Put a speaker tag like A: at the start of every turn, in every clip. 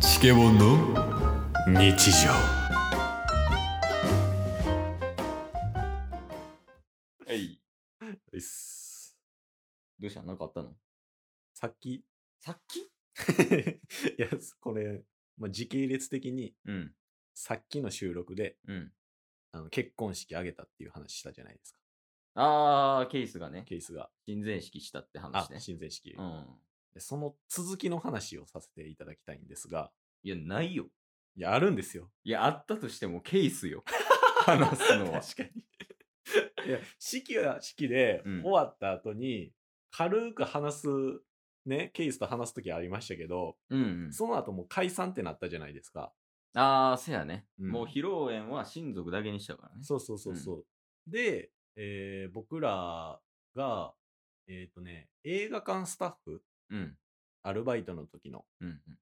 A: シケボンの日常はい
B: いっす
C: どうしたなんかあったの
B: さっき、
C: さっき
B: いや、これ、まあ、時系列的に、
C: うん。
B: さっきの収録で
C: うん。
B: あの結婚式あげたっていう話したじゃないですか、
C: あー、ケースがね、
B: ケースが。
C: 親善式したって話
B: あ、
C: ね。
B: 親善式、
C: うん。
B: でその続きの話をさせていただきたいんですが、
C: いや、ないよ。
B: いや、あるんですよ。
C: いや、あったとしてもケー スよ。話すのは。
B: かに。いや、式は式で
C: うん
B: 終わった後に、軽く話す、ね、ケースと話す時ありましたけど、
C: うん、うん。
B: その後もう解散ってなったじゃないですか。
C: あー、せやね。
B: うん
C: もう披露宴は親族だけにしたからね。
B: そうそうそうそう。で、えー僕らが、えっ、とね、映画館スタッフ、
C: う。うん。
B: アルバイトの時の
C: うん。うん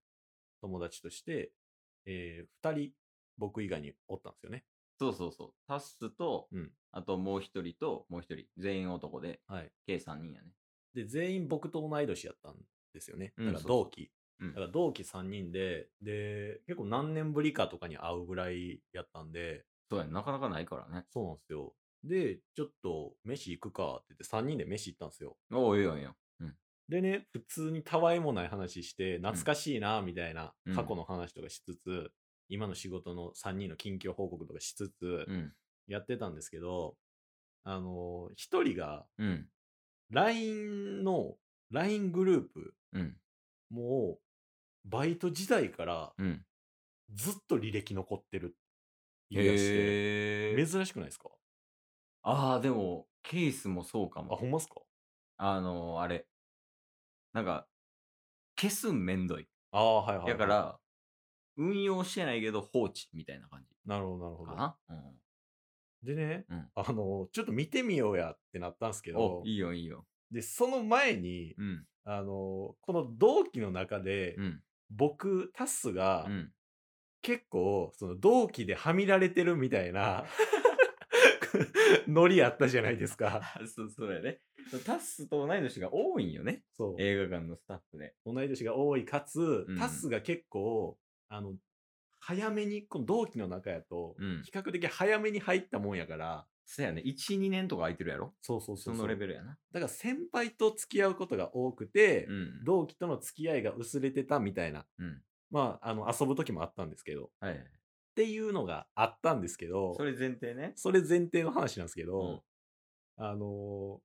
B: 友達として、え2人、僕以外におったんですよね。
C: そうそうそう。タッスと、
B: うん
C: あともう一人と、もう一人。全員男で、
B: はい。
C: 計3人やね。
B: で、全員僕と同い年やったんですよね。
C: う
B: だ
C: ん
B: から同期。
C: そうそううん
B: だから同期3人で、で、結構何年ぶりかとかに会うぐらいやったんで、
C: そうやね。なかなかないからね。
B: そうなんですよ。で、ちょっと飯行くかって言って3人で飯行ったんですよ。
C: おういいよいいよ。
B: でね、普通にたわいもない話して、懐かしいな、みたいな
C: うん、
B: 過去の話とかしつつ、今の仕事の3人の近況報告とかしつつ
C: う、ん。
B: やってたんですけど、あのー、一人が、
C: うん。
B: LINE の、LINE グループ、
C: うん。
B: もう、バイト時代から
C: うん。
B: ずっと履歴残ってるって言い出して、
C: へー。
B: 珍しくないですか
C: ああ、でも、ケースもそうか
B: あ、
C: も
B: ほ。んまっすか
C: あのー、あれ。なんか、消すんめんどい。
B: ああ、はいはいはい。
C: だか、ら、運用してないけど放置みたいな感じ
B: なるほど、なるほ
C: か
B: ど。
C: な。うん
B: でね、
C: うん
B: あのー、ちょっと見てみようやってなったんですけど
C: お、、いいよいいよ。
B: で、その前に、
C: うん。
B: あのこの同期の中で、
C: うん。
B: 僕タスが
C: うん。
B: 結構その同期ではみられてるみたい なノリあったじゃないですか。
C: あ そう、そうやね。タッスと同い年が多いんよね。
B: そう
C: 映画館のスタッフで。
B: 同い年が多いかつ、
C: ん
B: タスが結構あの早めにこの同期の中やと、
C: うん
B: 比較的早めに入ったもんやから
C: そうやね。1、2年とか空いてるやろ
B: そうそう
C: そ
B: そうそう
C: のレベルやな。
B: だから先輩と付き合うことが多くて、
C: うん。
B: 同期との付き合いが薄れてたみたいな
C: うん。
B: まああの遊ぶ時もあったんですけど。
C: はいはい。
B: っていうのがあったんですけど、
C: それ前提ね。
B: それ前提の話なんですけど、あのー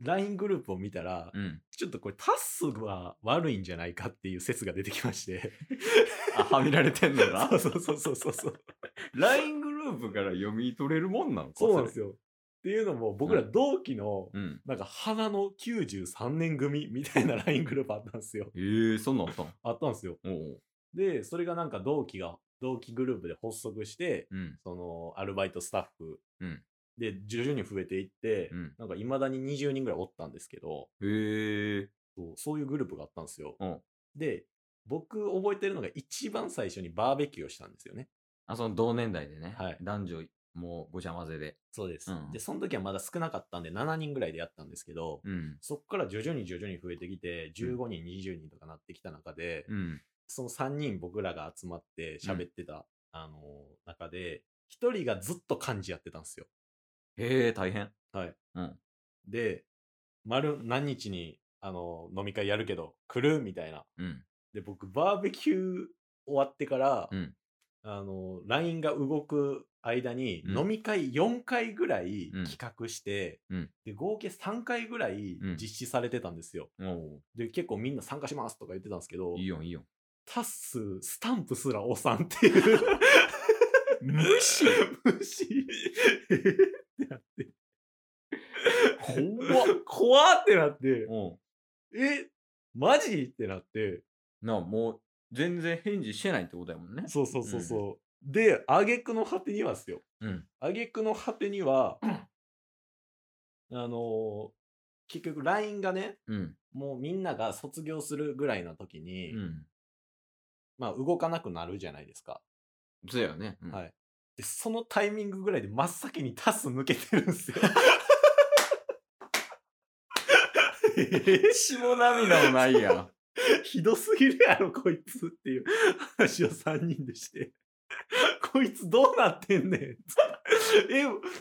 B: LINE グループを見たら、
C: うん。
B: ちょっとこれタッスが悪いんじゃないかっていう説が出てきま して。
C: あ、はみられてんの か
B: そうそうそうそう そう。
C: ?LINE グループから読み取れるもんなのか
B: そうなんです
C: よ。
B: よ。っていうのも、僕ら同期の、
C: れうん。
B: なんか花の93年組みたいな LINE グループあったんですよ。
C: ええそん なんあったん
B: あったんですよ。
C: おう
B: で、それがなんか同期が、同期グループで発足して、
C: うん。
B: そのアルバイトスタッフ、
C: うん
B: で徐々に増えていって、
C: うん
B: なんかいまだに20人ぐらいおったんですけど
C: へえ。
B: そうそういうグループがあったんですよ、
C: うん
B: で僕覚えてるのが一番最初にバーベキューをしたんですよね
C: あ、その同年代でね。
B: はい
C: 男女、もうごちゃ混ぜで。
B: そうです
C: うん
B: でその時はまだ少なかったんで7人ぐらいでやったんですけど、
C: うん。
B: そっから徐々に徐々に増えてきて15人、20人とかなってきた中で、
C: うん。
B: その3人僕らが集まって喋ってた、あのー中で1人がずっと漢字やってたんですよ
C: へえ、大変。
B: で、丸何日にあの飲み会やるけど来るみたいな。
C: うん。
B: で、僕、バーベキュー終わってから、
C: うん
B: あの、LINE が動く間に、
C: うん
B: 飲み会4回ぐらい
C: うん
B: 企画して、
C: うん
B: で、合計3回ぐらい
C: うん
B: 実施されてたんですよ。
C: お
B: で、結構みんな参加しますとか言ってたんですけど、
C: いいよ、いいよ。
B: タッス、スタンプすらおさんっていう。無視無視 怖っ
C: 怖
B: 怖ってなって。
C: お
B: えマジってなって
C: なあ、もう、全然返事してないってことやもんね。
B: そうそうそうそう、で挙句の果てにはですよ
C: うん。
B: 挙句の果てには、あのー結局 LINE がね
C: うん。
B: もうみんなが卒業するぐらいの時に、
C: うん。
B: まあ動かなくなるじゃないですか、
C: そうやね。うん
B: はいでそのタイミングぐらいで真っ先にタス抜けてるん ですよ
C: 血も涙もないやん。
B: ひどすぎるやろ、こいつっていう話を3人でして。こいつどうなってんねん。え、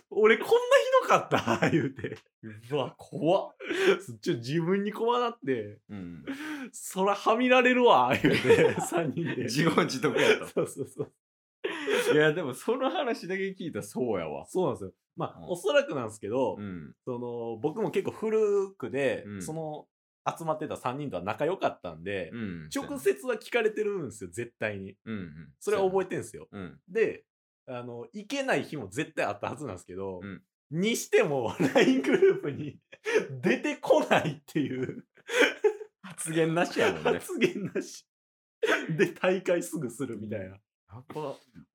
B: 俺こんなひどかった言うて。うわ、怖っ。ちょ、自分に怖なって、
C: うん。
B: そらはみられるわ、言うて、3人で。
C: 自業自得やと。
B: そうそうそう。
C: いや、でもその話だけ聞いたらそうやわ。
B: そうなんですよ。まあ、
C: うん
B: おそらくなんですけど、
C: うん。
B: その僕も結構古くで、
C: うん
B: その集まってた3人とは仲良かったんで、
C: うん。
B: 直接は聞かれてるんですよ絶対に
C: うんうん。
B: それは覚え
C: え
B: てるんですよ
C: うん。
B: であの行けない日も絶対あったはずなんですけど、
C: うん
B: にしても LINE グループに 出てこないっていう
C: 発言なしやもんね。
B: 発言なしで大会すぐするみたいな、
C: い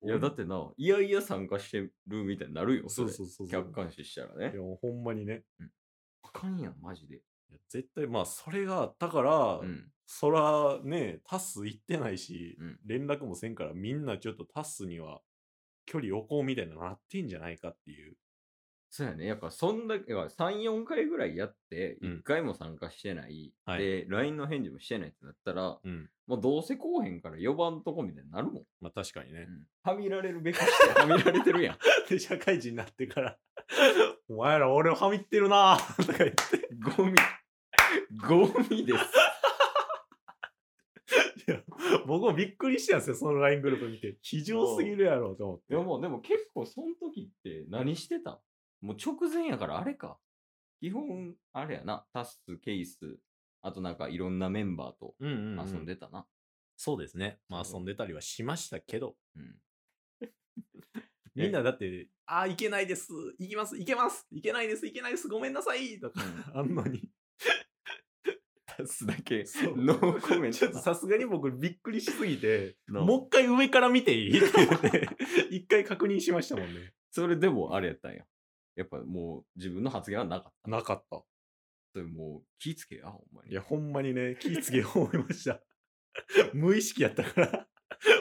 C: や、だってな、いやいや参加してるみたいになるよ。
B: そう
C: れ
B: そうそうそう
C: 客観視したら
B: い
C: ね
B: や。もうほんまにね
C: あかんやん、マジで。
B: いや絶対まあそれがあったから、
C: うん。
B: そらねタス行ってないし、
C: うん
B: 連絡もせんからみんなちょっとタスには距離置こうみたいなのなってんじゃないかっていう
C: そうやね。やっぱそんだけ、3、4回ぐらいやって、
B: うん
C: 1回も参加してない。
B: はい
C: で、LINE の返事もしてないってなったら、
B: うん
C: もうどうせこうへんから呼ばんとこみたいになるもん。
B: まあ確かにね、
C: はみられるべくしてはみられてるやん。
B: で社会人になってから「お前ら俺をはみってるな」とか言って
C: ゴミ。ゴミです。
B: いや僕もびっくりしたんですよその LINE グループ見て非常すぎるやろと思って
C: でももうでも結構その時って何してたもう直前やからあれか。基本、あれやな。タス、ケース、あとなんかいろんなメンバーと
B: うんう
C: 遊んでたな。
B: そうですねまあ
C: そう
B: 遊んでたりはしましたけど
C: うん。
B: みんなだって「ああいけないです行きます行けます行けないです行けないですごめんなさい」とかあんのに
C: タスだけ
B: そう
C: ノーコメ ン
B: ち
C: ト
B: ょっと
C: な。
B: さすがに僕びっくりしすぎ て、
C: な
B: もう一回上から見ていいって言って、一回確認しましたもんね。
C: それでもあれやったんや。やっぱもう自分の発言はなかった。
B: なかった。
C: それもう気ぃつけや、ほんまに。
B: いや、ほんまにね、気ぃつけよう思いました。 無意識やったから、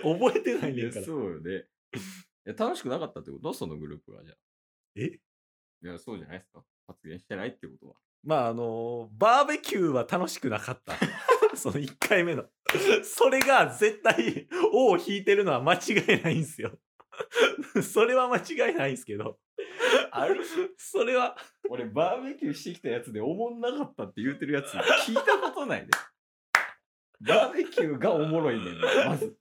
B: 覚えてない
C: い
B: ねん
C: や、
B: から。
C: そうよね。いや楽しくなかったってことそのグループはじゃあ。
B: え
C: いや、そうじゃないですか。発言してないってことは。
B: まあ、あのーバーベキューは楽しくなかった。 その1回目の。それが絶対、王を引いてるのは間違いないんですよ。 それは間違いないんですけど。
C: ある
B: それは、
C: 俺、バーベキューしてきたやつで、おもんなかったって言うてるやつ、聞いたことないね。バーベキューがおもろいねんな、まず。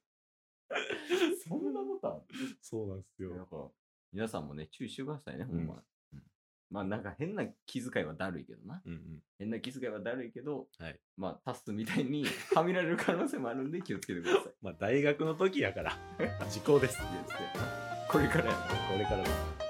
C: そんなことあ
B: そうなんです
C: る
B: よ。
C: なんか皆さんもね、注意してくださいね、ほんま。
B: う
C: うんまあ、なんか変な気遣いはだるいけどな。
B: うんうん。
C: 変な気遣いはだるいけど、
B: はい
C: まあ、タスみたいにはみられる可能性もあるんで、気をつけてください。
B: まあ、大学の時やから、時効です。
C: いやこれからやな
B: これからです。